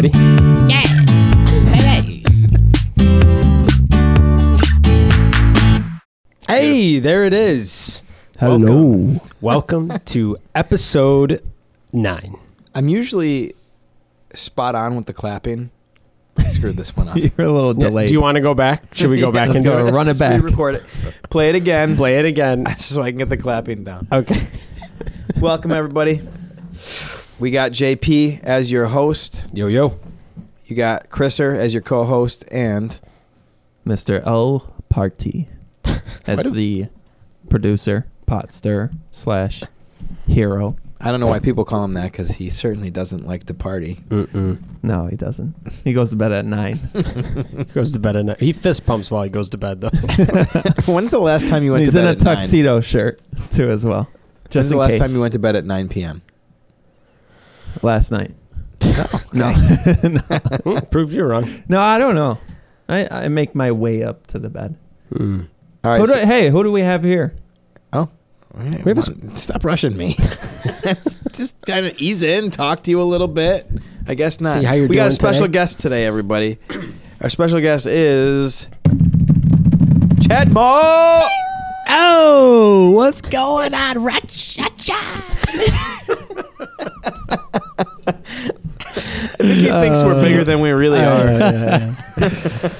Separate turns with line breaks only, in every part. there it is.
Hello.
Welcome, Welcome to episode nine.
I'm usually spot on with the clapping. I screwed this one up.
You're a little
Yeah,
delayed.
Do you want to go back? Should we go back
let's
and do
go.
it?
Run it
Just
back.
Re-record it. Play it again.
Play it again.
so I can get the clapping down.
Okay.
Welcome everybody. We got JP as your host.
Yo yo.
You got Chriser as your co-host, and
Mr. L Party
Why
as
do-
the producer, pot stir slash hero?
I don't know why people call him that because he certainly doesn't like to party.
Mm-mm.
No, he doesn't. He goes to bed at nine.
He goes to bed at night. He fist pumps while he goes to bed though.
When's the last time you went?
He's
to
in
bed
a
at nine?
tuxedo shirt too, as well.
When's
Just
the
in
last
case.
time you went to bed at 9 p.m.
last night. No,
Mm, Proved you wrong.
no, I don't know. I, I make my way up to the bed.
Mm.
All right.
Who do
so- oh,
I- hey, who do we have here?
All right,
We have a
come on, stop rushing me. Just kind of ease in, talk to you a little bit. I guess not.
See how you're
we got a
doing
special
today.
guest today, everybody. Our special guest is Chad Moore.
Oh, what's going on, Russia?
He thinks we're bigger than we really
Uh,
are.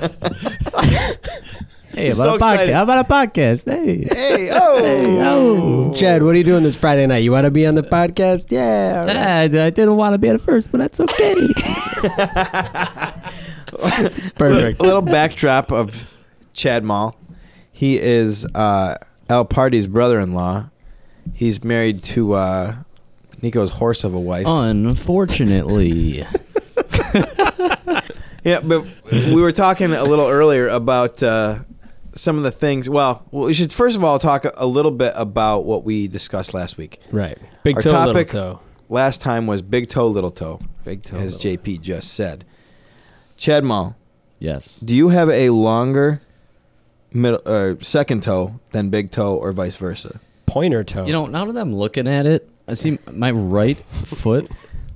Hey,
He's
about
so
a podcast.
excited.
How about a podcast? Hey.
Hey, oh,
oh.
Chad, what are you doing this Friday night? You want to be on the podcast? Yeah. all right.
I, I didn't want to be at first, but that's okay.
Perfect.
A little backdrop of Chad Mall. He is uh, Al Party's brother-in-law. He's married to uh, Nico's horse of a wife.
Oh, Unfortunately.
Yeah, but we were talking a little earlier about uh, some of the things. Well, we should first of all talk a little bit about what we discussed last week.
Right. Big
Our
toe,
topic-
little toe.
Last time was big toe, little toe,
Big toe.
as
little-
JP just said. Chad Mall,
yes.
do you have a longer middle uh, second toe than big toe, or vice versa?
Pointer toe.
You know, now that I'm looking at it, I see my right foot.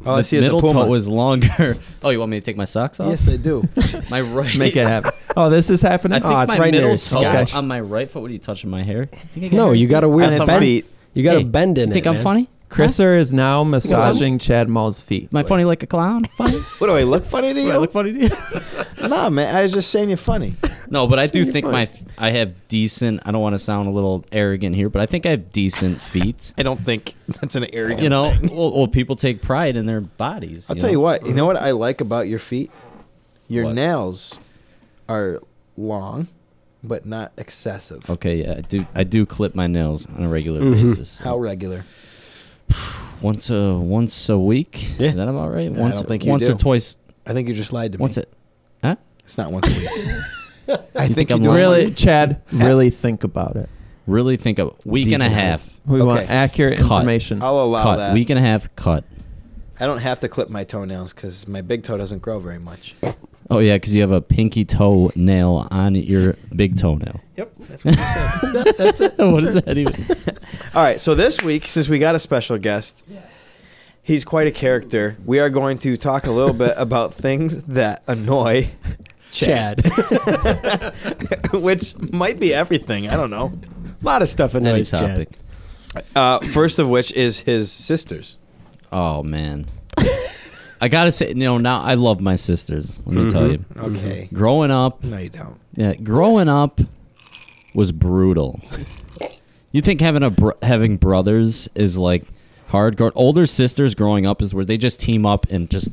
All I
the
see is a
middle
puma.
toe is longer. Oh, you want me to take my socks off?
I do.
My right.
Make it happen. Oh, this is
I
happening.
think
Oh, it's
my
right near
middle
your
toe
scotch.
on my right foot. What are you touching my hair?
no, you got a weird
and its
bend.
feet.
You got a
Uh, Hey,
bend in it.
Think I'm
man.
funny? Huh?
Chriser is now massaging Chad Mall's feet.
Am I funny like a clown? Funny?
What do I look funny to
Do
you?
I look funny to you?
nah, man. I was just saying you're funny.
No, but I do think my I have decent. I don't want to sound a little arrogant here, but I think I have decent feet.
I don't think that's an arrogant.
You know, well, well, people take pride in their bodies.
I'll
you
tell
know?
you what. You know what I like about your feet? Your
What?
nails are long, but not excessive.
Okay, yeah, I do. I do clip my nails on a regular basis. so
Mm-hmm. How regular?
once a once a week?
Yeah.
Is that about right?
I
once
don't think you
once
do.
or twice.
I think you just lied to me.
Once it. Huh?
It's not once a week. I think,
think
you
I'm
do it
lying?
Really,
once-
Chad, really think about it.
Really think of week and a
Deep.
half.
We
Okay.
want accurate
Cut.
information.
I'll allow
cut.
that.
Week and a half. Cut.
I don't have to clip my toenails because my big toe doesn't grow very much.
Oh yeah, because you have a pinky toe nail on your big toenail.
Yep, that's what you said.
That's it. what is that even?
All right, so this week, since we got a special guest, he's quite a character. We are going to talk a little bit about things that annoy Chad,
Chad.
which might be everything. I don't know.
a lot of stuff in
Any
this
topic.
Uh, first of which is his sisters.
Oh man. I gotta say, you know, now I love my sisters. Let me tell
Mm-hmm.
you,
Okay.
growing up,
No, you don't.
yeah, growing up was brutal. You think having a br- having brothers is like hardcore? Older sisters growing up is where they just team up and just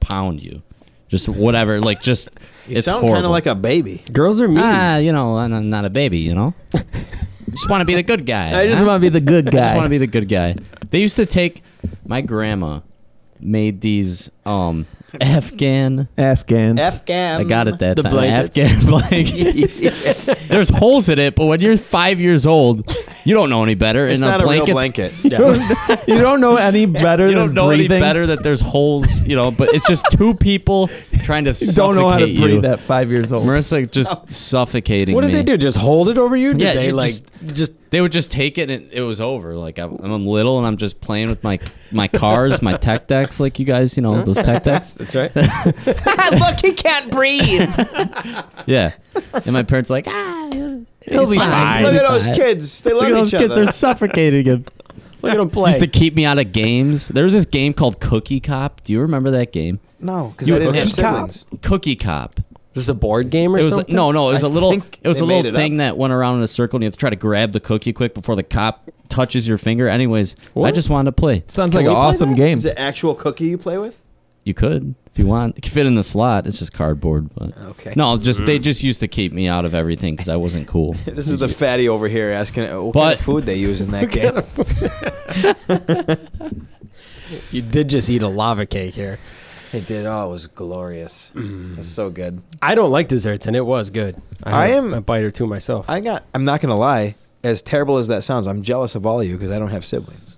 pound you, just whatever. Like just
You
it's
sound
kind
of like a baby.
Girls are mean.
ah, you know, I'm I'm not a baby, you know. just want to be the good guy.
I just
huh?
want to be the good
I just
guy.
want to be the good guy. They used to take my grandma made these um Afghan.
Afghans.
Afghan.
I got it that
The
time.
blankets.
Afghan blanket. There's holes in it, but when you're five years old, you don't know any better.
It's
and
not
a
a real
blanket's-
blanket.
you don't know any better
You don't
than
know
breathing.
any better that there's holes, you know. But it's just two people trying to
You
suffocate
don't know how to
you.
breathe at five years old.
Marissa just suffocating.
Oh. What did
me.
they do? Just hold it over you? Did
Yeah,
they
you
like
just-
just
they would just take it and it was over. Like I'm, I'm little and I'm just playing with my my cars, my tech decks, like you guys, you know those tech decks.
That's right.
Look, he can't breathe.
Yeah, and my parents like ah, yeah,
He'll be fine.
Look
He'll
at
be
those
fine.
kids. They love
Look at those
each
kids.
other.
They're suffocating him. Look at him play.
Used to keep me out of games. There was this game called Cookie Cop. Do you remember that game?
No, because
You
I didn't have
cookie
cop?
siblings.
Cookie Cop.
Is this a board game or
it was
something?
no, no. It was a
I
little.
think
It was
they
a
made
little
it
thing
up.
that went around in a circle, and you have to try to grab the cookie quick before the cop touches your finger. Anyways, I
What?
just wanted to play.
Sounds
Can
like
we
an
play
awesome
that?
game.
Is it actual cookie you play with?
You could, if you want, it could fit in the slot. It's just cardboard, but
Okay.
no. Just they just used to keep me out of everything because I wasn't cool.
This is the fatty over here asking uh, what kind
But-
of food they use in that game.
You did just eat a lava cake here.
They did. Oh, it was glorious. It was so good.
I don't like desserts, and it was good.
I
had
am-
a bite or two myself.
I got. I'm not gonna lie. As terrible as that sounds, I'm jealous of all of you because I don't have siblings.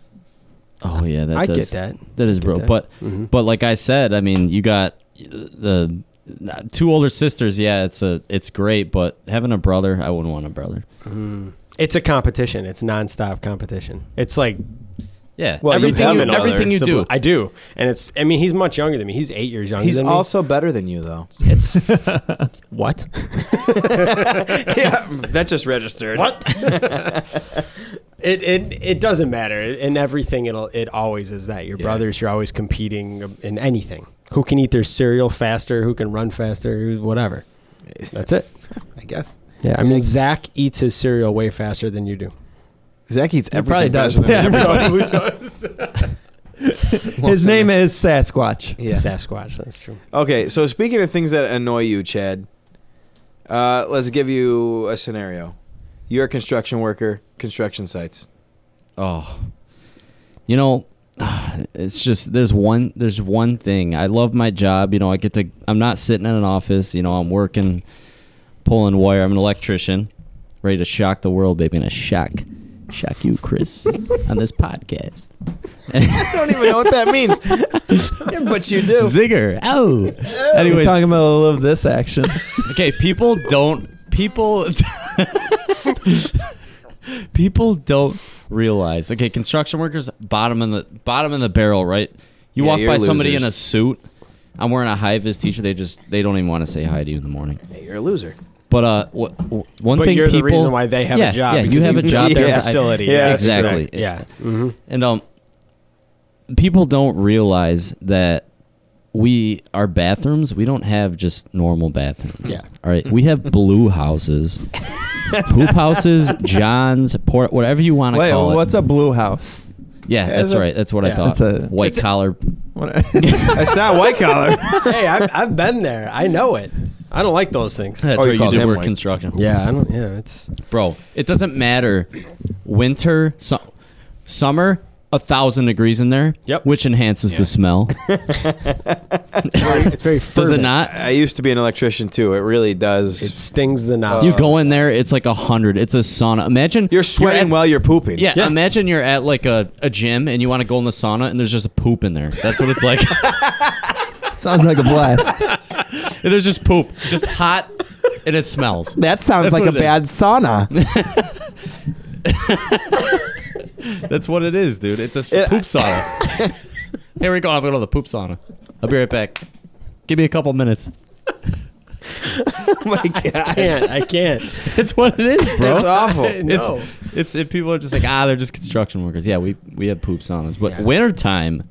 Oh yeah, that
I get
does,
that.
That is
Get
bro.
that.
But
Mhm.
but like I said, I mean, you got the the two older sisters. Yeah, it's a it's great, but having a brother, I wouldn't want a brother.
It's a competition. It's nonstop competition. It's like
Yeah,
Well, you
everything
have
you,
another
everything you do.
I do, and it's. I mean, he's much younger than me. He's eight years younger
He's
than me.
also better than you, though.
It's what?
yeah, that just registered.
It, it it doesn't matter. In everything, it'll it always is that your
Yeah.
brothers. You're always competing in anything. Who can eat their cereal faster? Who can run faster? who's Whatever. That's it.
I guess
Yeah, I mean Zach eats his cereal way faster than you do.
Zach eats
He
everything.
probably does.
faster than
Yeah,
everybody.
His name is Sasquatch.
Yeah.
Sasquatch. That's true.
Okay, so speaking of things that annoy you, Chad, uh, let's give you a scenario. You're a construction worker, construction sites.
Oh, you know, it's just there's one there's one thing. I love my job. You know, I get to. I'm not sitting in an office. You know, I'm working, pulling wire. I'm an electrician, ready to shock the world, baby, and I shock, shock you, Chris, on this podcast.
I don't even know what that means, but you do.
Zigger. Oh.
He's
Anyways,
talking about a little of this action.
okay, people don't people people don't realize. Okay, construction workers bottom in the bottom in the barrel, right? You
Yeah,
walk by
you're
somebody in
losers.
a suit. I'm wearing a high vis t-shirt. They just they don't even want to say hi to you in the morning.
Hey, you're a loser.
But uh, what, w- one
But
thing
you're
people
the reason why they have
yeah,
a job.
Yeah,
because
you have a job
built
there.
Yeah.
Their
I-
facility.
Yeah, that's
exactly.
correct. Yeah. hmm
And um, people don't realize that we our bathrooms. We don't have just normal bathrooms.
Yeah.
All right. We have blue houses, poop houses, Johns, port, whatever you want to
Wait,
call
what's
it.
a blue house?
Yeah,
That's
that's
a-
right. That's what I
yeah,
thought.
that's a-
White
It's a-
collar.
What-
That's not white collar.
hey, I've, I've been there. I know it. I don't like those things.
That's
you
what Oh, you
called
do
him
work
white.
construction.
Yeah, I don't. Yeah, it's
bro. It doesn't matter. Winter, su- summer, a thousand degrees in there.
Yep.
Which enhances the smell.
it's very.
Does it
fervent.
not?
I used to be an electrician too. It really does.
It stings the nose.
You go in there, it's like a hundred. It's a sauna. Imagine
you're sweating
at-
while you're pooping.
Yeah,
Yeah.
imagine you're at like a, a gym and you want to go in the sauna and there's just a poop in there. That's what it's like.
Sounds like a blast.
there's just poop, just hot, and it smells.
That sounds
That's
like a
what it is.
bad sauna.
That's what it is, dude. It's a s- poop sauna. Here we go. I'm going to the poop sauna. I'll be right back. Give me a couple minutes.
oh my
I
god.
can't. I can't.
It's what it is, bro.
That's awful.
It's,
no.
it's if people are just like ah, they're just construction workers. Yeah, we we have poop saunas, but
Yeah.
wintertime.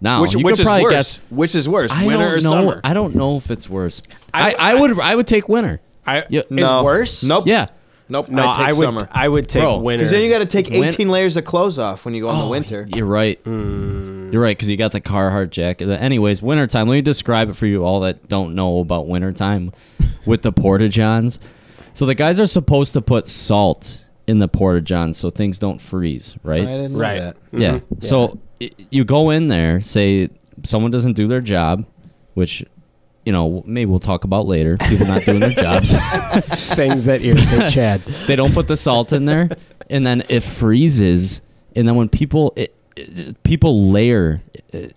Now
which
you
which
could
is
probably
worse?
guess
Which is worse?
I
winter or
don't know.
summer?
I don't know if it's worse.
I-
I, I, would I would take winter.
I,
Yeah.
Is
No.
worse?
Nope.
Yeah.
Nope.
No,
I
I,
take
would.
summer.
I would take
Bro,
winter.
Because then you got to take 18
Win- Oh,
layers of clothes off when you go in the winter.
You're right. You're right because you got the Carhartt jacket. Anyways, wintertime. Let me describe it for you all that don't know about wintertime with the porta johns. So the guys are supposed to put salt in the porta johns so things don't freeze, right?
I didn't
Right.
know that.
Yeah. So i you go in there, say someone doesn't do their job, which you know maybe we'll talk about later. People not doing their jobs.
things that irritate Chad.
they don't put the salt in there and then it freezes and then when people it, it- people layer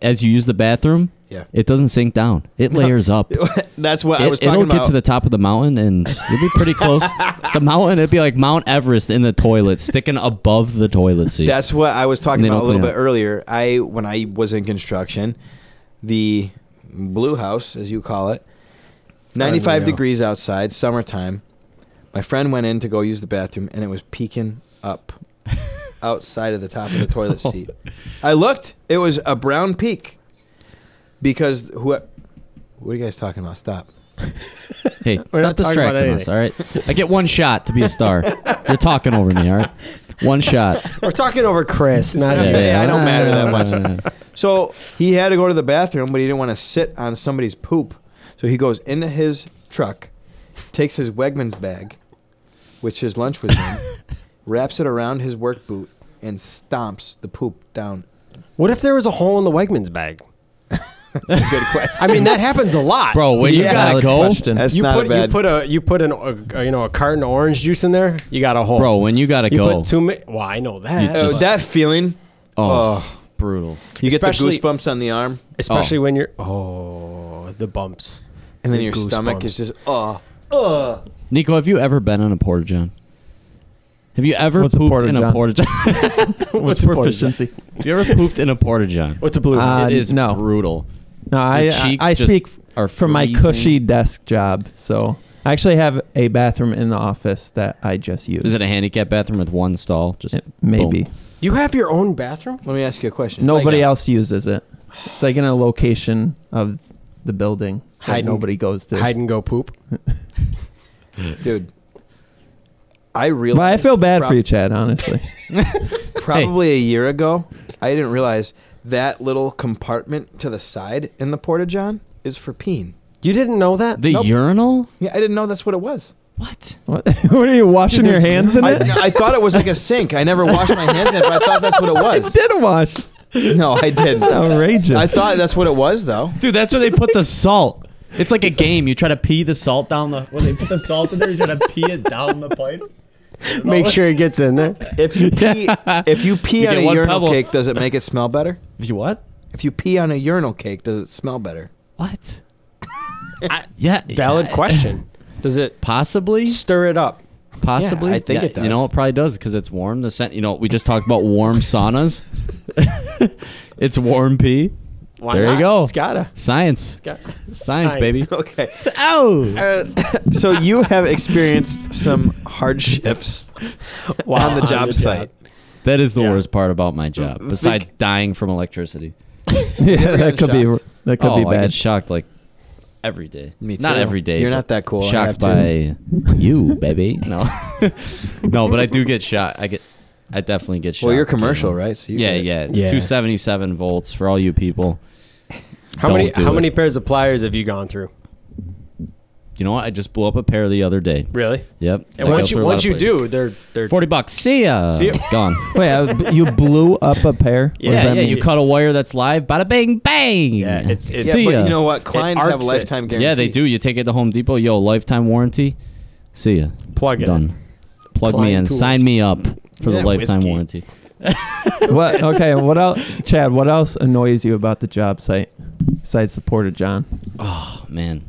as you use the bathroom
Yeah.
it doesn't sink down it layers up it,
That's what I was
it'll
talking
get
about.
to the top of the mountain and you'll be pretty close the mountain it'd be like mount everest in the toilet sticking above the toilet seat
That's what I was talking
They
about a
don't
little
clean
bit
up.
earlier. I when I was in construction, the blue house, as you call it,
not even
ninety-five
real.
degrees outside, summertime. My friend went in to go use the bathroom, and it was peeking up outside of the top of the toilet
Oh.
seat. I looked; it was a brown peak. Because who? What are you guys talking about? Stop.
Hey,
We're not
stop
talking about
distracting us,
anything.
all right? I get one shot to be a star. You're talking over me, all right? One shot.
We're talking over Chris, not
Yeah,
you.
yeah, I don't matter that much.
much.
So he had to go to the bathroom, but he didn't want to sit on somebody's poop. So he goes into his truck, takes his Wegman's bag, which his lunch was in, wraps it around his work boot, and stomps the poop down.
What if there was a hole in the Wegman's bag?
Good question.
I mean, that happens a lot,
Bro, when you
Yeah.
gotta
Valid
go,
question.
That's
you
not
put
a bad.
you put a you put an a, you know a carton of orange juice in there, you got a hole.
bro, when you gotta
you
go,
put too many. Well, I know that,
Oh,
just-
that feeling.
oh,
Oh,
brutal.
you get the
Especially-
goosebumps on the arm,
especially when you're oh the bumps.
and then
The
your stomach
goosebumps.
is just oh.
Nico, have you ever been on a porta john? Have you ever
What's a
pooped
porta
in a
john?
porta john?
What's
important?
proficiency?
have you ever pooped in a porta john?
What's Oh, a blue?
Uh,
one?
it is
no.
brutal.
No, I
Your cheeks
I, I
just
speak
are
from my
freezing.
cushy desk job. So I actually have a bathroom in the office that I just use.
Is it a handicap bathroom with one stall? Just
It- Maybe
boom.
you have your own bathroom?
Let me ask you a question.
nobody
Like a-
else uses it. It's like in a location of the building that
Hide and-
nobody goes to.
Hide and go poop.
dude. I
But
realized.
I feel bad for
prob-
you, Chad. Honestly,
probably a year ago, I didn't realize that little compartment to the side in the porta john is for peeing.
You didn't know that?
The urinal?
Yeah, I didn't know that's what it was.
What?
what, what are you washing your hands in
I,
it?
I thought it was like a sink. I never washed my hands in it, but I thought that's what it
I
was.
did wash.
No, I didn't.
Outrageous.
I thought that's what it was, though.
Dude, that's where they put the salt. It's like a game. You try to pee the salt down the. When they put the salt in there, you try to pee it down the pipe.
Make sure it gets in there.
If you pee, if you pee
You
on
get
a
one
urinal
pebble.
cake, does it make it smell better?
You what?
If you pee on a urinal cake, does it smell better?
What? yeah.
Valid question. Does it
Possibly.
stir it up?
Possibly.
Yeah, I think it does.
You know, it probably does because it's warm. The scent. You know, we just talked about warm saunas. it's warm pee.
Why
there
not?
you go.
It's gotta.
Science.
Got
Science, baby.
Okay.
Ow.
Uh, so you have experienced some hardships on the job site.
That is the
Yeah.
worst part about my job, besides dying from electricity.
yeah, that
shocked?
could be that could
oh,
be
I
bad.
get shocked like every day.
Me
Not
too.
every day.
You're
but
not that cool. I have
Shocked by you, baby. No, no, but I do get shot. I get, I definitely get shot.
Well, you're commercial, right? So you
Yeah,
get it.
yeah,
Yeah.
Two seventy-seven volts for all you people.
How
Don't
many
do
how
it.
many pairs of pliers have you gone through?
You know what? I just blew up a pair the other day.
Really?
Yep. I
And
go
once you
through a lot
once you
of players.
do, they're they're
forty bucks. See ya.
See ya.
Gone.
Wait, I, you blew up a pair. What does
yeah,
that
yeah.
mean?
You cut a wire that's live. Bada bing, bang.
Yeah, it's- it's-
Yeah,
See
but
ya.
you know what? Clients have
arcs it.
lifetime guarantee.
Yeah, they do. You take it to Home Depot. Yo, lifetime warranty. See ya.
plug it.
Done. Plug me
Klein
in.
Tools.
Sign me up for the
Yeah,
lifetime
whiskey.
warranty.
what? Okay. What else, Chad? What else annoys you about the job site besides the porta john?
Oh man.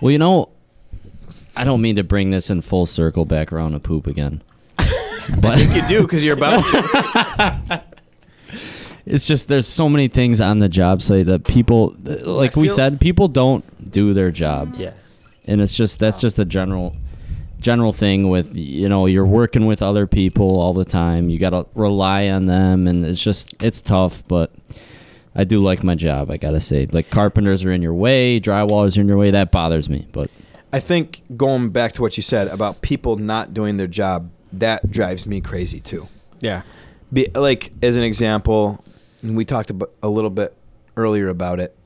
Well, you know, I don't mean to bring this in full circle back around to poop again, but
You do because you're about to.
it's just there's so many things on the job site that people, like we
feel-
said, people don't do their job.
Yeah.
and it's just that's just a general general thing with you know you're working with other people all the time you gotta rely on them and it's just it's tough but i do like my job i gotta say like carpenters are in your way drywallers are in your way that bothers me but
I think going back to what you said about people not doing their job, that drives me crazy too.
Yeah.
Be, like as an example, and we talked about, a little bit earlier about it.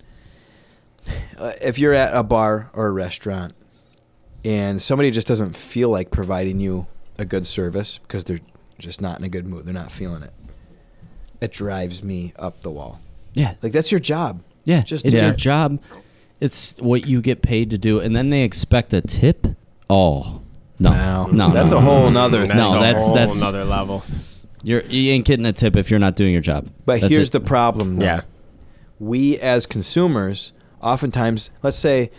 Uh, If you're at a bar or a restaurant, and somebody just doesn't feel like providing you a good service because they're just not in a good mood, they're not feeling it. It drives me up the wall.
yeah
Like that's your job.
yeah
just
it's
do
your
it.
job it's what you get paid to do and then they expect a tip oh no
Wow.
no
That's
no,
a
no.
whole nother
That's
thing.
No,
a
that's-
whole
that's-
another level.
you're you ain't getting a tip if you're not doing your job
But
That's
here's
it.
the problem. Though.
Yeah.
We as consumers, oftentimes, let's say,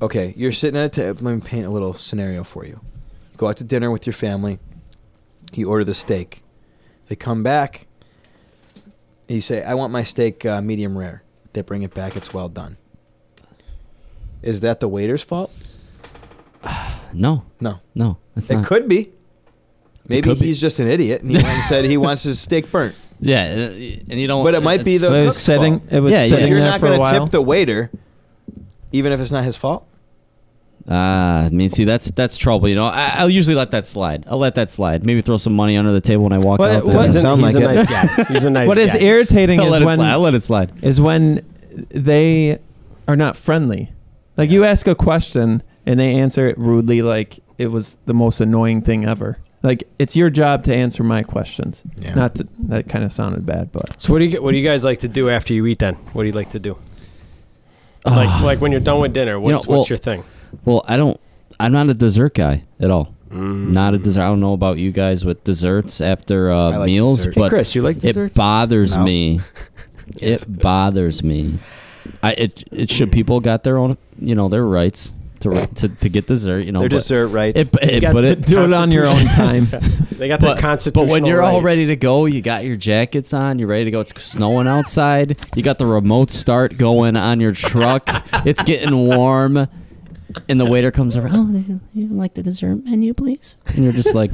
okay, you're sitting at a table. Let me paint a little scenario for you. Go out to dinner with your family. You order the steak. They come back. and You say, I want my steak uh, medium rare. They bring it back. It's well done. Is that the waiter's fault?
No,
No,
no, that's
it
not.
could be. Maybe
could be.
he's just an idiot and he went and said he wants his steak burnt.
Yeah, uh, and you don't.
But it might be
it's-
the
But it was
cook's
setting.
fault.
It was
Yeah, yeah.
sitting
You're
there
not
for a
going to
while.
tip the waiter, even if it's not his fault.
Ah, I mean, see, that's that's trouble. You know, I, I'll usually let that slide. I'll let that slide. Maybe throw some money under the table when I walk
What-
out.
what-
there.
He's,
Doesn't
a,
sound
he's
like
a
it.
nice guy. He's a nice
what
guy.
is irritating
I'll
is
let it
when
slide. I'll let it slide.
is when they are not friendly. Like you ask a question and they answer it rudely, like it was the most annoying thing ever. Like it's your job to answer my questions.
Yeah.
Not to, that kind of sounded bad, but
So what do you what do you guys like to do after you eat? Then what do you like to do? Like like when you're done with dinner, what's,
Ah. well-
what's your thing?
Well, I don't. I'm not a dessert guy at all.
Mm.
Not a dessert. I don't know about you guys with desserts after uh,
I like
meals,
dessert. Hey,
but
Chris, you like desserts?
It bothers
No.
me. it bothers me. I it it should people got their own you know their rights to to, to get dessert. You know,
Their
but
dessert rights.
It, it,
got
but
the
it
do it on your own time.
They got their
but,
constitutional.
but when you're
right.
all ready to go, you got your jackets on, you're ready to go. It's snowing outside. You got the remote start going on your truck. it's getting warm, and the waiter comes over. Oh, would you- you like the dessert menu, please? And you're just like,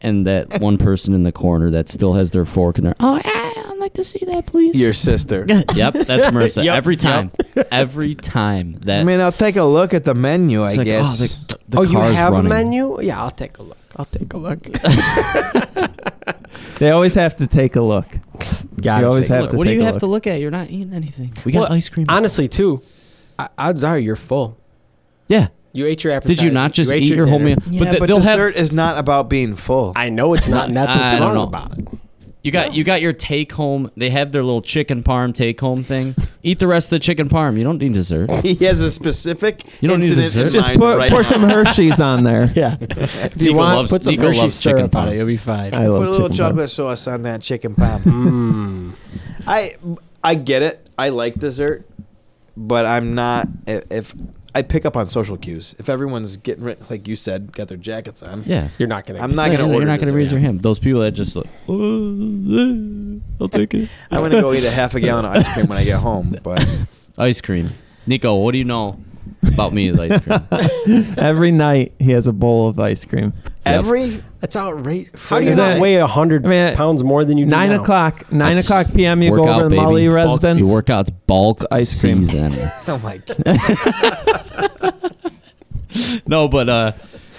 and that one person in the corner that still has their fork in there. Oh, I, I'd like to see that, please.
Your sister.
yep, that's Marissa.
Yep,
every time, every time that
I mean, I'll take a look at the menu, I
it's like,
guess.
oh, the, the car's running.
Yeah, I'll take a look. I'll take a look.
they always have to take a look. You always have
Look,
to
what do
take
you
a
have
look.
to look at? You're not eating anything. We got
Well,
ice cream.
Honestly, too, o- odds are you're full.
yeah.
You ate your appetizer.
Did you not just
ate
eat your whole
dinner.
meal?
yeah, but,
th- they'll have-
dessert is not about being full.
I know it's not. And that's
I
what's
don't
wrong
know.
about it.
You got you got your take home. They have their little chicken parm take home thing. Eat the rest of the chicken parm. You don't need dessert.
he has a specific
You don't need
incident
dessert.
in
Just
mind
Pour,
right
pour
now.
some Hershey's on there.
Yeah. If you
Nico
want,
loves-
put some
Nico
Hershey
loves chicken
syrup on
parm.
it. You'll be fine.
I love
Put a little
chicken parm.
chocolate sauce on that chicken pop.
Hmm.
I I get it. I like dessert, but I'm not if, if I pick up on social cues. If everyone's getting rid, like you said, got their jackets on.
Yeah.
You're not gonna.
I'm not
Yeah,
gonna
you're
order.
not gonna
dessert.
raise your hand. Those people that just like, I'll take it.
I'm gonna go eat a half a gallon of ice cream when I get home. But
Ice cream. Nico, what do you know about me as ice cream?
Every night he has a bowl of ice cream.
every
That's outrageous.
How do you
not
weigh a hundred
I mean,
pounds more than you do
nine
now?
o'clock, nine
That's
o'clock p.m. You go
workout,
over to the
baby.
Molly
Bulk-
residence.
You work out bulk
ice cream.
season.
oh my god.
no, but uh,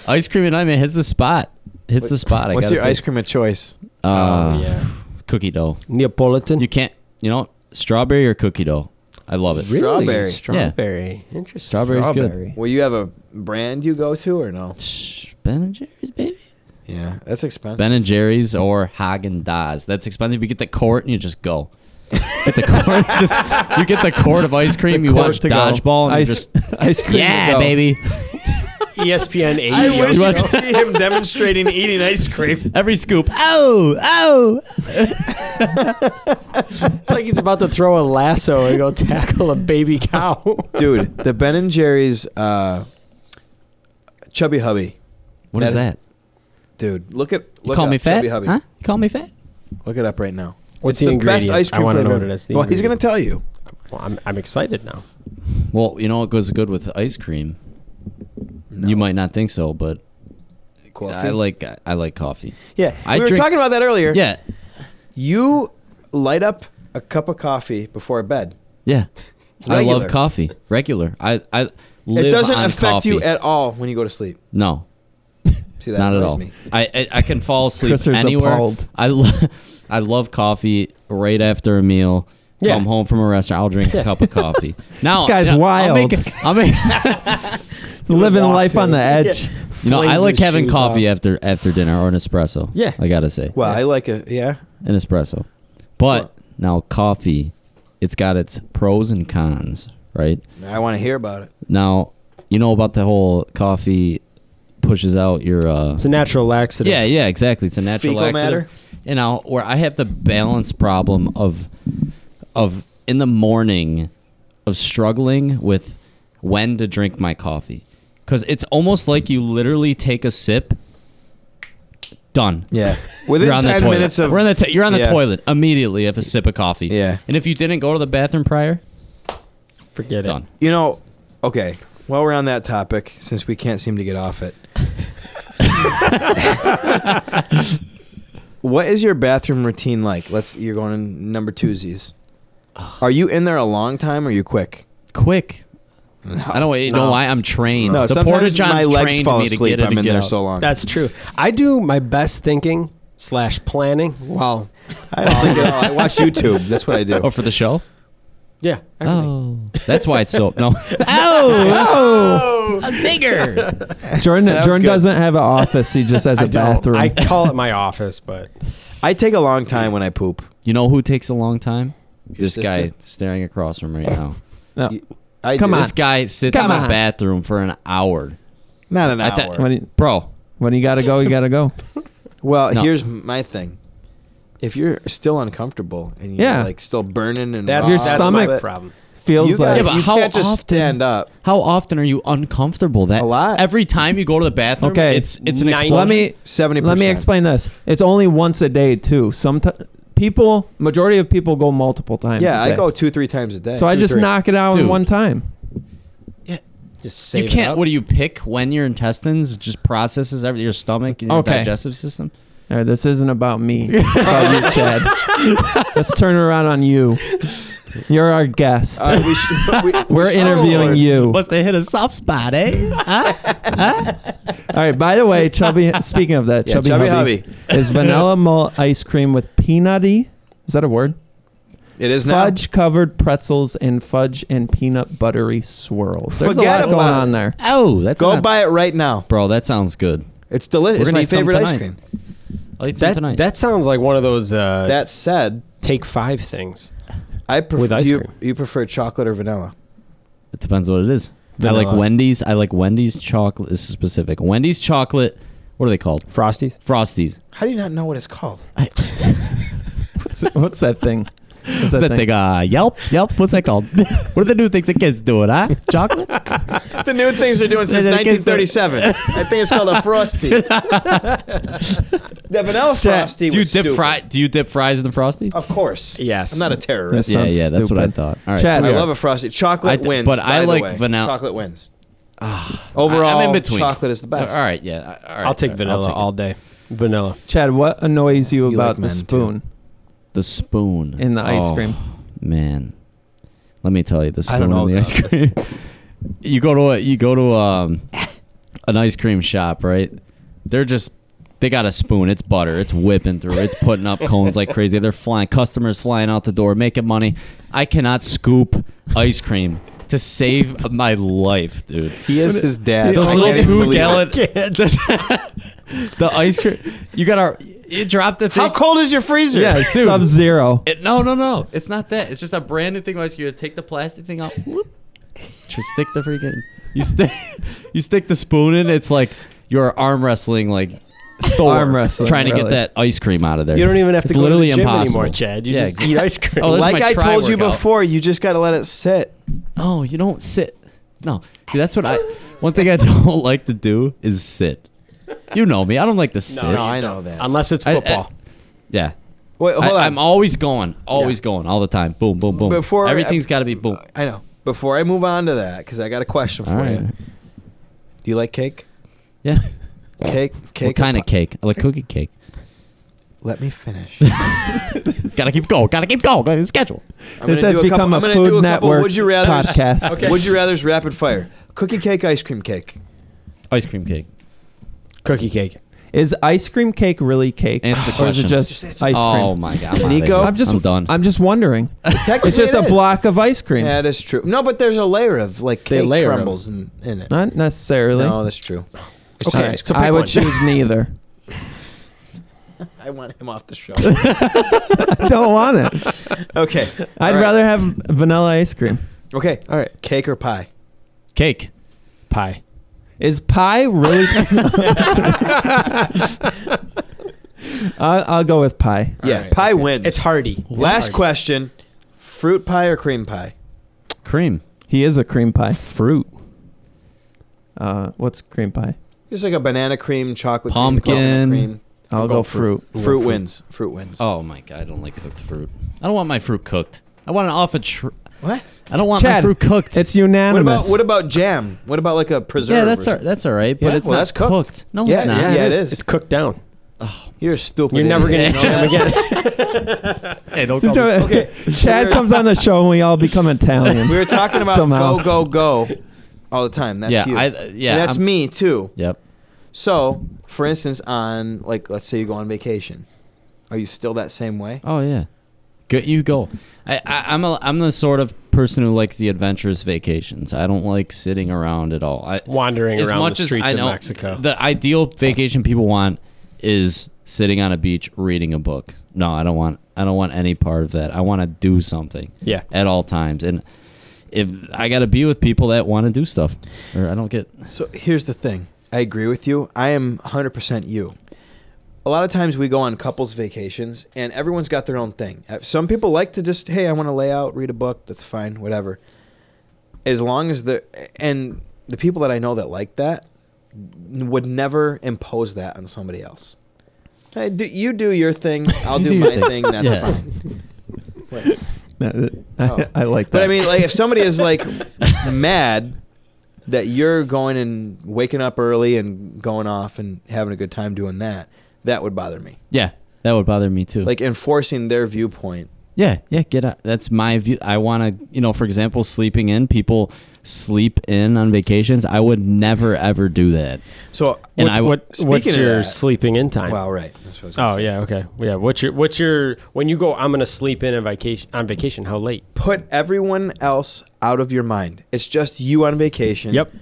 ice cream and I man hits the spot. Hits the spot. I
What's
gotta
your
say.
ice cream of choice?
Uh,
Oh, yeah.
Cookie dough.
Neapolitan.
You can't. You know, strawberry or cookie dough. I love it.
Strawberry.
Strawberry. Interesting.
Strawberry's
Strawberry.
Will you have a brand you go to or no?
good. Shh, Ben and Jerry's, baby.
Yeah, that's expensive.
Ben and Jerry's or Hagen Dazs. That's expensive. You get the quart and you just go. Get the quart. just you get the quart of ice cream. you
Court
watch
to go.
dodgeball. And you
ice,
just
ice cream. to
yeah,
go.
baby.
E ESPN eighty.
I wish
You
you
want-
could see him demonstrating eating ice cream.
Every scoop. Oh, oh.
It's like he's about to throw a lasso and go tackle a baby cow.
Dude, the Ben and Jerry's uh, chubby hubby.
What is
That is-
that?
Dude, look at look
You call
up,
me fat?
Chubby Hubby.
Huh? You call me fat?
Look it up right now.
What's
It's
the,
the
ingredients?
best ice cream
I want to know
flavor.
what it is. The
well, he's gonna
ingredients.
tell you.
Well, I'm, I'm excited now.
Well, you know what goes good with ice cream. You might not think so, but I like I like coffee.
Yeah,
I
we were
drink-
talking about that earlier.
Yeah,
you light up a cup of coffee before bed.
yeah. I
Regular.
love coffee. Regular. I I live
it doesn't
on
affect
coffee.
you at all when you go to sleep.
no,
See that?
not at
annoys
all.
Me.
I, I I can fall asleep
Chriser's
anywhere.
appalled.
I lo- I love coffee right after a meal.
Yeah.
Come home from a restaurant. I'll drink a cup of coffee. Now
guy's
now, I'll
wild.
make it- I'll make,
Living
Walks
life on
in.
the edge.
you know, I
Flings
like
his
having
shoes
coffee
off.
after after dinner or an espresso.
Yeah.
I gotta say.
Well, I like a yeah.
an espresso. But
Well-
now coffee, it's got its pros and cons, right?
I want to hear about it.
Now, you know about the whole coffee pushes out your uh
It's a natural laxative.
Yeah, yeah, exactly. It's a natural
Fecal
laxative.
matter?
You know, where I have the balance problem of of in the morning of struggling with when to drink my coffee. Cuz it's almost like you literally take a sip done.
Yeah, within
you're on the
ten
toilet.
minutes of
We're on the t- you're on the
Yeah.
toilet immediately if a sip of coffee.
Yeah.
And if you didn't go to the bathroom prior,
Forget
done.
You know, okay. While we're on that topic, since we can't seem to get off it, what is your bathroom routine like? Let's you're going in number twosies. Are you in there a long time or are you quick?
Quick. I don't. You
No.
know why? I'm trained.
No,
the porta
sometimes my
johns
legs
trained
fall
me to
asleep.
get it
I'm
and
in
get
there
out.
so long.
That's true. I do my best thinking slash planning. Wow.
I don't think at all. I watch YouTube. That's what I do.
Oh, for the show.
Yeah.
Oh, that's why it's so no.
Oh, Jordan,
That was
Jordan
good.
doesn't have an office. He just has a
I don't.
bathroom.
I call it my office, but
I take a long time when I poop.
You know who takes a long time? This guy
sister?
staring across from right now.
No.
You- I
Come
do.
on.
This guy sits
Come
in
on.
a bathroom for an hour.
Not an
I
hour.
thought-
when, you,
Bro,
when you gotta go, you gotta go.
well,
No.
here's my thing. If you're still uncomfortable and you're
Yeah.
like still burning and
that's,
raw,
Your
that's my
stomach-
problem.
you,
Feels
gotta-
like
Yeah, but
you
how
can't just
often-
stand up.
how often are you uncomfortable? That
A lot.
Every time you go to the bathroom,
Okay.
it's it's an
Nine-
explosion.
let me
Seventy.
let me explain this. It's only once a day too. Sometimes people, majority of people go multiple times.
Yeah,
a
I
day.
go two, three times a day.
So I
Two,
just
three.
knock it out in
Dude.
one time.
Just save
You
it
can't.
up.
What do you pick when your intestines just processes every your stomach and your
Okay.
digestive system?
All right, this isn't about me. It's about you, Chad. Let's turn around on you. You're our guest.
Uh, we should, we- oh, we
We're
should-
interviewing you. All
Must they hit a soft spot, eh?
right. By the way, chubby. Speaking of that,
Yeah,
chubby,
Chubby
hubby, is vanilla malt ice cream with peanutty. Is that a word?
It is now.
Fudge covered pretzels and fudge and peanut buttery swirls. There's
Forget
a lot going
about it.
on there.
oh, that's
Go
not-
buy it right now.
Bro, that sounds good.
It's delicious. It's
gonna
my
eat some
favorite ice
tonight.
cream.
I'll eat some
That,
tonight.
that sounds like one of those uh,
That said,
take five things.
I prefer
With ice
you,
cream.
you prefer chocolate or vanilla.
It depends what it is. I like
Vanilla.
Wendy's. I like Wendy's chocolate. This is specific. Wendy's chocolate. What are they called?
Frosties.
Frosties.
How do you not know what it's called?
What's, what's that thing? What's
What's that thing? Uh, Yelp. Yelp. What's that called? what are the new things that kids doing? Huh? Chocolate.
the new things they're doing since
They just-
1937. I think it's called a frosty. the vanilla frosty
do you
was
dip
stupid.
fry? Do you dip fries in the frosty?
Of course.
Yes.
I'm not a terrorist.
Yes.
yeah,
sounds
yeah. That's what I
stupid.
thought. All right.
Chad,
so we
I
are-
love a frosty. Chocolate
I d-
wins.
but
by
I
the
like
way.
vanilla-
Chocolate wins.
I-
Overall,
I'm in between.
chocolate is the best.
All right. Yeah. All right,
I'll take
all right,
vanilla
take it.
all day. Vanilla.
Chad, what annoys you
You
about
like
the
men, too.
spoon?
the spoon Oh,
In the ice cream.
Man, let me tell you, the spoon
I don't know
in the
about
ice cream. you go to a, you go to um, an ice cream shop, right? They're just they got a spoon. It's butter. It's whipping through. It's putting up cones like crazy. They're flying. Customers flying out the door, making money. I cannot scoop ice cream to save my life, dude.
He is his dad.
Those
I can't
little
even believe
two
it.
gallon. the ice cream. You got our. You dropped the thing.
How cold is your freezer?
Yeah,
Dude.
sub zero.
It, no, no, no. It's not that. It's just a brand new thing. Where you take the plastic thing out, whoop, just stick the freaking you stick you stick the spoon in. It's like you're arm wrestling like Thor,
Arm wrestling,
trying to
really.
get that ice cream out of there.
You don't even have to
It's
go
literally
to the gym
impossible.
anymore, Chad. You
Yeah,
just
exactly.
eat ice cream.
Oh, this is
like
my
I
tri
told you
workout.
before, you just got to let it sit.
Oh, you don't sit. No, see, that's what I. One thing I don't like to do is sit. You know me. I don't like to sit.
No, I know that.
Unless it's
I- I-
football.
yeah.
Wait, hold on.
I, am always going, always going, all the time. Boom, boom, boom.
Before-
everything's got to be
Uh,
boom.
I know. Before I move on to that, because I got a question for
All
you.
right.
Do you like cake?
Yeah.
Cake, cake.
what kind of cake? I like cookie cake.
Let me finish.
gotta keep going. Gotta keep going. Gotta schedule.
I'm
This
gonna
has
do
become
couple-
a
I'm gonna
Food
do a couple
Network
would you rather
podcast.
Okay. Would you rather's rapid fire? Cookie cake, ice cream cake.
Ice cream cake.
Cookie cake.
Is ice cream cake really cake,
Answer the
or is it
question.
just ice cream?
Oh my god. I'm
Nico?
Nico,
I'm just
I'm done.
I'm just wondering.
Technically,
It's just
it
a
is.
block of ice cream.
That is true. No, but there's a layer of like
They
cake
layer 'em.
crumbles in, in it.
Not necessarily.
No, that's true. It's
All
not
right,
ice cream.
I would
one.
choose neither.
I want him off the show.
I don't want it.
okay.
I'd
All right.
rather have vanilla ice cream.
Okay.
All right.
Cake or pie?
cake.
Pie.
Is pie really? I'll, I'll go with pie.
yeah,
right,
pie
okay.
wins.
It's hearty. It's
Last
hearty.
question: fruit pie or cream pie?
Cream.
He is a cream pie.
Fruit.
Uh, what's cream pie?
Just like a banana cream, chocolate cream,
Pumpkin.
coconut cream.
I'll
go
go
fruit.
fruit.
Fruit wins. Fruit wins.
Oh my god, I don't like cooked fruit. I don't want my fruit cooked. I want it off a tr-
What?
I don't want my
Chad,
fruit cooked.
It's
What
unanimous.
about what about jam? What about like a preserve?
yeah,
or
that's all,
something?
that's all right, but
Yeah,
it's
well,
not
that's cooked.
cooked. No,
Yeah,
it's not.
yeah, it is.
It's cooked down.
You're a stupid.
You're never gonna
idiot.
eat jam again.
Hey, don't
Just
call me-
don't-
Okay, so
Chad
we're-
comes on the show and we all become Italian.
We were talking about
Somehow.
go go go all the time. That's
Yeah,
you.
I- yeah,
And that's
I'm-
me too.
Yep.
So, for instance, on like let's say you go on vacation, are you still that same way?
Oh yeah. Good, you go. I, I, I'm a, I'm the sort of person who likes the adventurous vacations. I don't like sitting around at all. I,
Wandering
as
around
much
the
as
streets
I
of
know,
Mexico.
the ideal vacation people want is sitting on a beach reading a book. No, I don't want. I don't want any part of that. I want to do something.
Yeah.
At all times, and if I got to be with people that want to do stuff, or I don't get.
So here's the thing. I agree with you. I am 100% you. A lot of times we go on couples vacations and everyone's got their own thing. Uh, Some people like to just, hey, I want to lay out, read a book. That's fine, whatever. As long as the, and the people that I know that like that n- would never impose that on somebody else. Hey, do, you do your thing. I'll do,
do your
my thing.
thing.
That's
Yeah.
fine.
I,
Oh.
I like that.
But I mean, like, if somebody is like mad that you're going and waking up early and going off and having a good time doing that, that would bother me.
Yeah, that would bother me too.
Like enforcing their viewpoint.
Yeah, yeah, get out. That's my view. I want to, you know, for example, sleeping in. People sleep in on vacations. I would never ever do that.
So,
And
What-
I w-
what,
Speaking
what's
of
your
that-
sleeping in time?
well, right. That's what I was gonna
Oh
say.
yeah, okay, yeah. What's your what's your when you go? I'm gonna sleep in on vacation. On vacation, how late?
Put everyone else out of your mind. It's just you on
Hmm.
vacation.
Yep.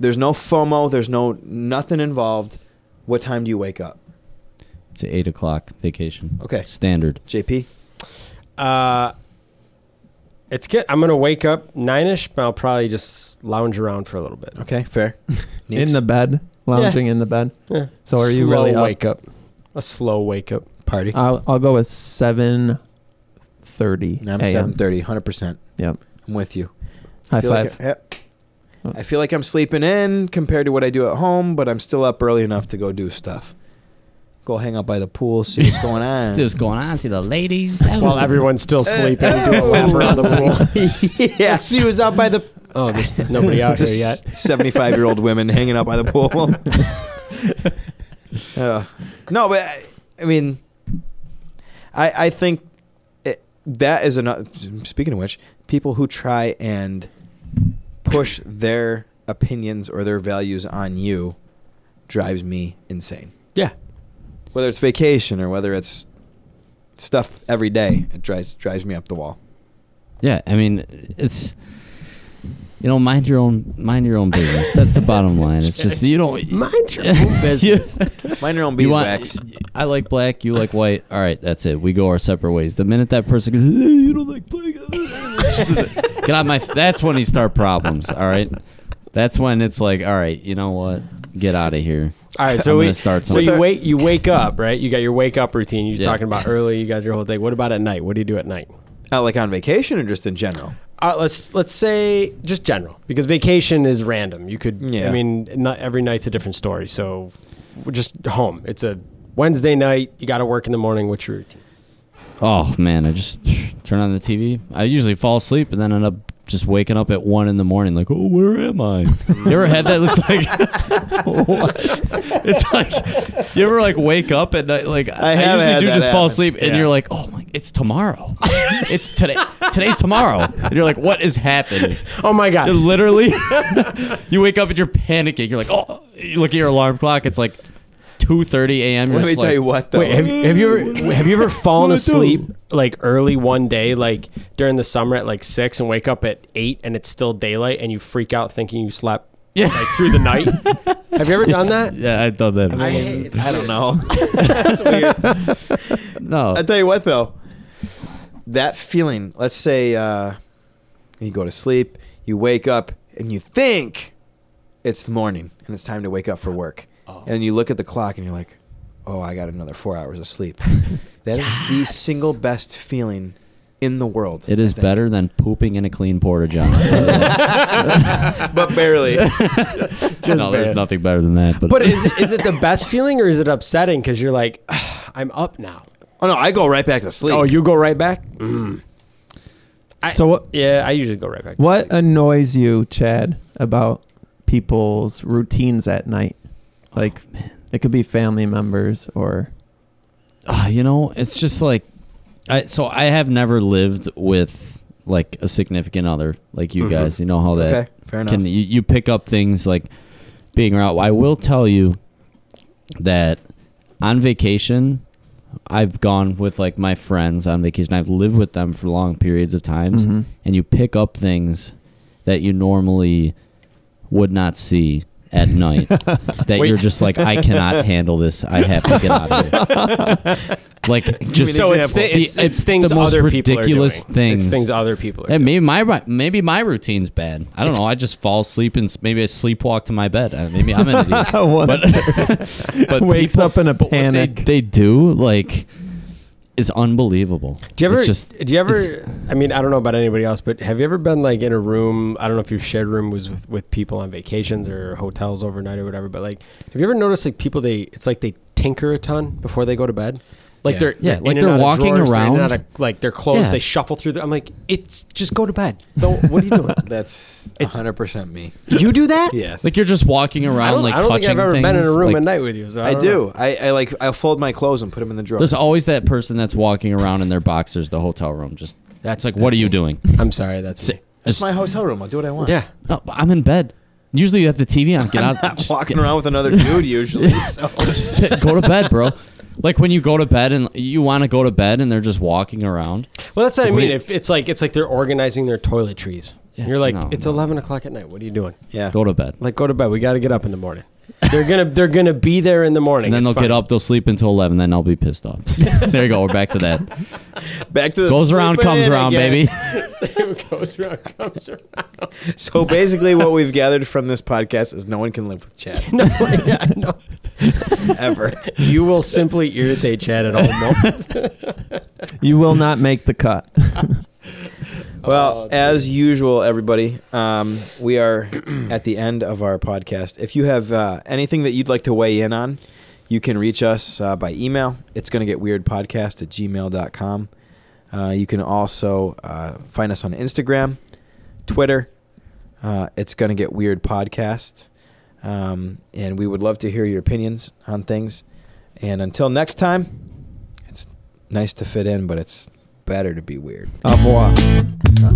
There's no FOMO. There's no nothing involved. What time do you wake up,
It's an eight o'clock vacation.
Okay.
standard.
JP?
Uh, it's good. I'm gonna wake up nine ish, but I'll probably just lounge around for a little bit.
Okay, fair.
in
Neeks?
the bed, lounging in the bed.
Yeah.
So are you
Slow
really up?
wake up? A slow wake up.
party.
I'll, I'll go with seven thirty.
No, I'm
a.m.
7:30. 100%.
Yep.
I'm with you.
High
feel like
five.
I- yep. I feel like I'm sleeping in compared to what I do at home, but I'm still up early enough to go do stuff. Go hang out by the pool, see what's going on.
See what's going on. See the ladies.
While everyone's still sleeping, do a lap around the pool.
yeah, see who's out by the
Oh, there's nobody out here
just
yet.
seventy-five-year-old women hanging out by the pool. Uh, no, but I, I mean, I I think it, that is another. Speaking of which, people who try and push their opinions or their values on you drives me insane.
Yeah.
whether it's vacation or whether it's stuff every day, it drives drives me up the wall.
Yeah, I mean, it's you know, mind your own mind your own business. That's the bottom line. It's just you don't
Mind your own business.
Mind your own
You want-
beeswax.
I like black. You like white. All right, that's it. We go our separate ways. The minute that person goes, "Hey, you don't like black. Get out my. That's when you start problems. All right. That's when it's like, all right, you know what? Get out of here.
All right, so
I'm
we
gonna start
so
something.
you wake you wake up right. You got your wake up routine. You're
Yeah.
talking about early. You got your whole thing. What about at night? What do you do at night?
Uh, like on vacation or just in general.
Uh, let's let's say just general because vacation is random. You could
Yeah.
I mean not every night's a different story. So we're just home. It's a Wednesday night. You got to work in the morning. What's your routine?
Oh man, I just turn on the TV. I usually fall asleep and then end up just waking up at one in the morning, like, oh, where am I? you ever had that? It's like, what? It's like, you ever like wake up at night? Like, I,
have
usually
had
do
that
just fall
happen.
asleep, and
Yeah.
you're like, oh my, it's tomorrow. it's today. Today's tomorrow. And you're like, what is happening?
Oh my god!
It literally, you wake up and you're panicking. You're like, oh, you look at your alarm clock. It's like 2:30 a.m. You're
Let me
just
tell
like,
you what though.
Wait, have, have you ever have you ever fallen
What do I do?
asleep like early one day, like during the summer at like six, and wake up at eight, and it's still daylight, and you freak out thinking you slept
Yeah.
like through the night? have you ever done that?
Yeah, I've done that.
I, hate- I don't know. That's weird.
no.
I tell you what though. That feeling, let's say uh, you go to sleep, you wake up and you think it's morning and it's time to wake up for work. And you look at the clock and you're like, "Oh, I got another 4 hours of sleep." That is the single best feeling in the world.
It
I
is
think.
better than pooping in a clean porta john. but
but barely. Oh,
no, there's nothing better than that. But,
But is it, is it the best feeling or is it upsetting because you're like, "Ugh, I'm up now?
Oh no, I go right back to sleep.
Mm-hmm.
Oh, you go right back? I,
So what-
Yeah, I usually go right back. To
What
sleep.
annoys you, Chad, about people's routines at night? Like,
Oh,
it could be family members or
uh, you know, it's just like, I so I have never lived with like a significant other like you
Mhm.
guys. You know how that
Mm-hmm. okay, fair enough.
can you, you pick up things like being around. I will tell you that on vacation, I've gone with like my friends on vacation. I've lived with them for long periods of times,
Mhm.
and you pick up things that you normally would not see at night. that
Wait.
you're just like, I cannot handle this. I have to get out of here. like just
so
an
it's,
example.
thi- it's,
The-
it's
it's
things
the most
other people are
ridiculous
doing.
things.
It's things other people are
Hey,
doing.
maybe my ri- maybe my routine's bad. I don't know. I just fall asleep and s- maybe I sleepwalk to my bed. Uh, Maybe I'm an idiot.
One
But, but
wakes
people-
up in a
but what they-
panic.
They, do like it's unbelievable.
Do you ever?
It's just
do you ever?
it's-
I mean, I don't know about anybody else, but have you ever been like in a room? I don't know if you've shared rooms with with people on vacations or hotels overnight or whatever. But like, have you ever noticed like people they? It's like they tinker a ton before they go to bed. Like
Yeah.
they're
Yeah,
in
like
and
they're
out of
walking
drawers, they're in and out
around.
of, like their clothes.
Yeah.
They shuffle through. The, I'm like, it's just go to bed. Don't, what are you doing?
That's
It's-
100% me.
you do that?
Yes.
like you're just walking
I
around
don't,
like
I don't
touching
think I've ever
things.
been in a room
like,
at night with you. So I,
I
don't
do.
know.
I, I like I'll fold my clothes and put them in the drawer.
There's always that person that's walking around in their boxers the hotel room. Just
That's-
that's like, what
that's
are you
me.
doing?
I'm sorry. That's me.
Sit-
It's
Just,
my hotel room. I'll do what I want.
yeah.
no, but I'm in bed. Usually you have the TV on. Get
I'm
out.
not
just
walking
get-
around with another dude usually. So.
Just sit, go to bed, bro. Like when you go to bed and you want to go to bed and they're just walking around.
Well, that's what I
What
mean.
do you-
If it's like it's like they're organizing their toiletries.
Yeah,
You're like,
no,
it's
no.
11 o'clock at night. What are you doing?
Yeah.
Go to bed.
Like, go to bed. We got to get up in the morning. They're gonna they're gonna be there in the morning.
And then
It's
they'll
fine.
get up, they'll sleep until 11, then I'll be pissed off. there you go. We're back to that.
Back to the
Goes around,
sleeping
comes
in
around,
again.
baby.
It goes around, comes around.
So basically, what we've gathered from this podcast is no one can live with Chad
No, yeah, I know.
ever.
You will simply irritate Chad at all moments.
you will not make the cut.
Well,
Oh,
as usual, everybody, um, we are at the end of our podcast. If you have uh, anything that you'd like to weigh in on, you can reach us uh, by email. It's going to get weird podcast at gmail.com. Uh, you can also uh, find us on Instagram, Twitter. Uh, it's going to get weird podcast. Um, and we would love to hear your opinions on things. And until next time, it's nice to fit in, but it's better to be weird.
Au revoir.
That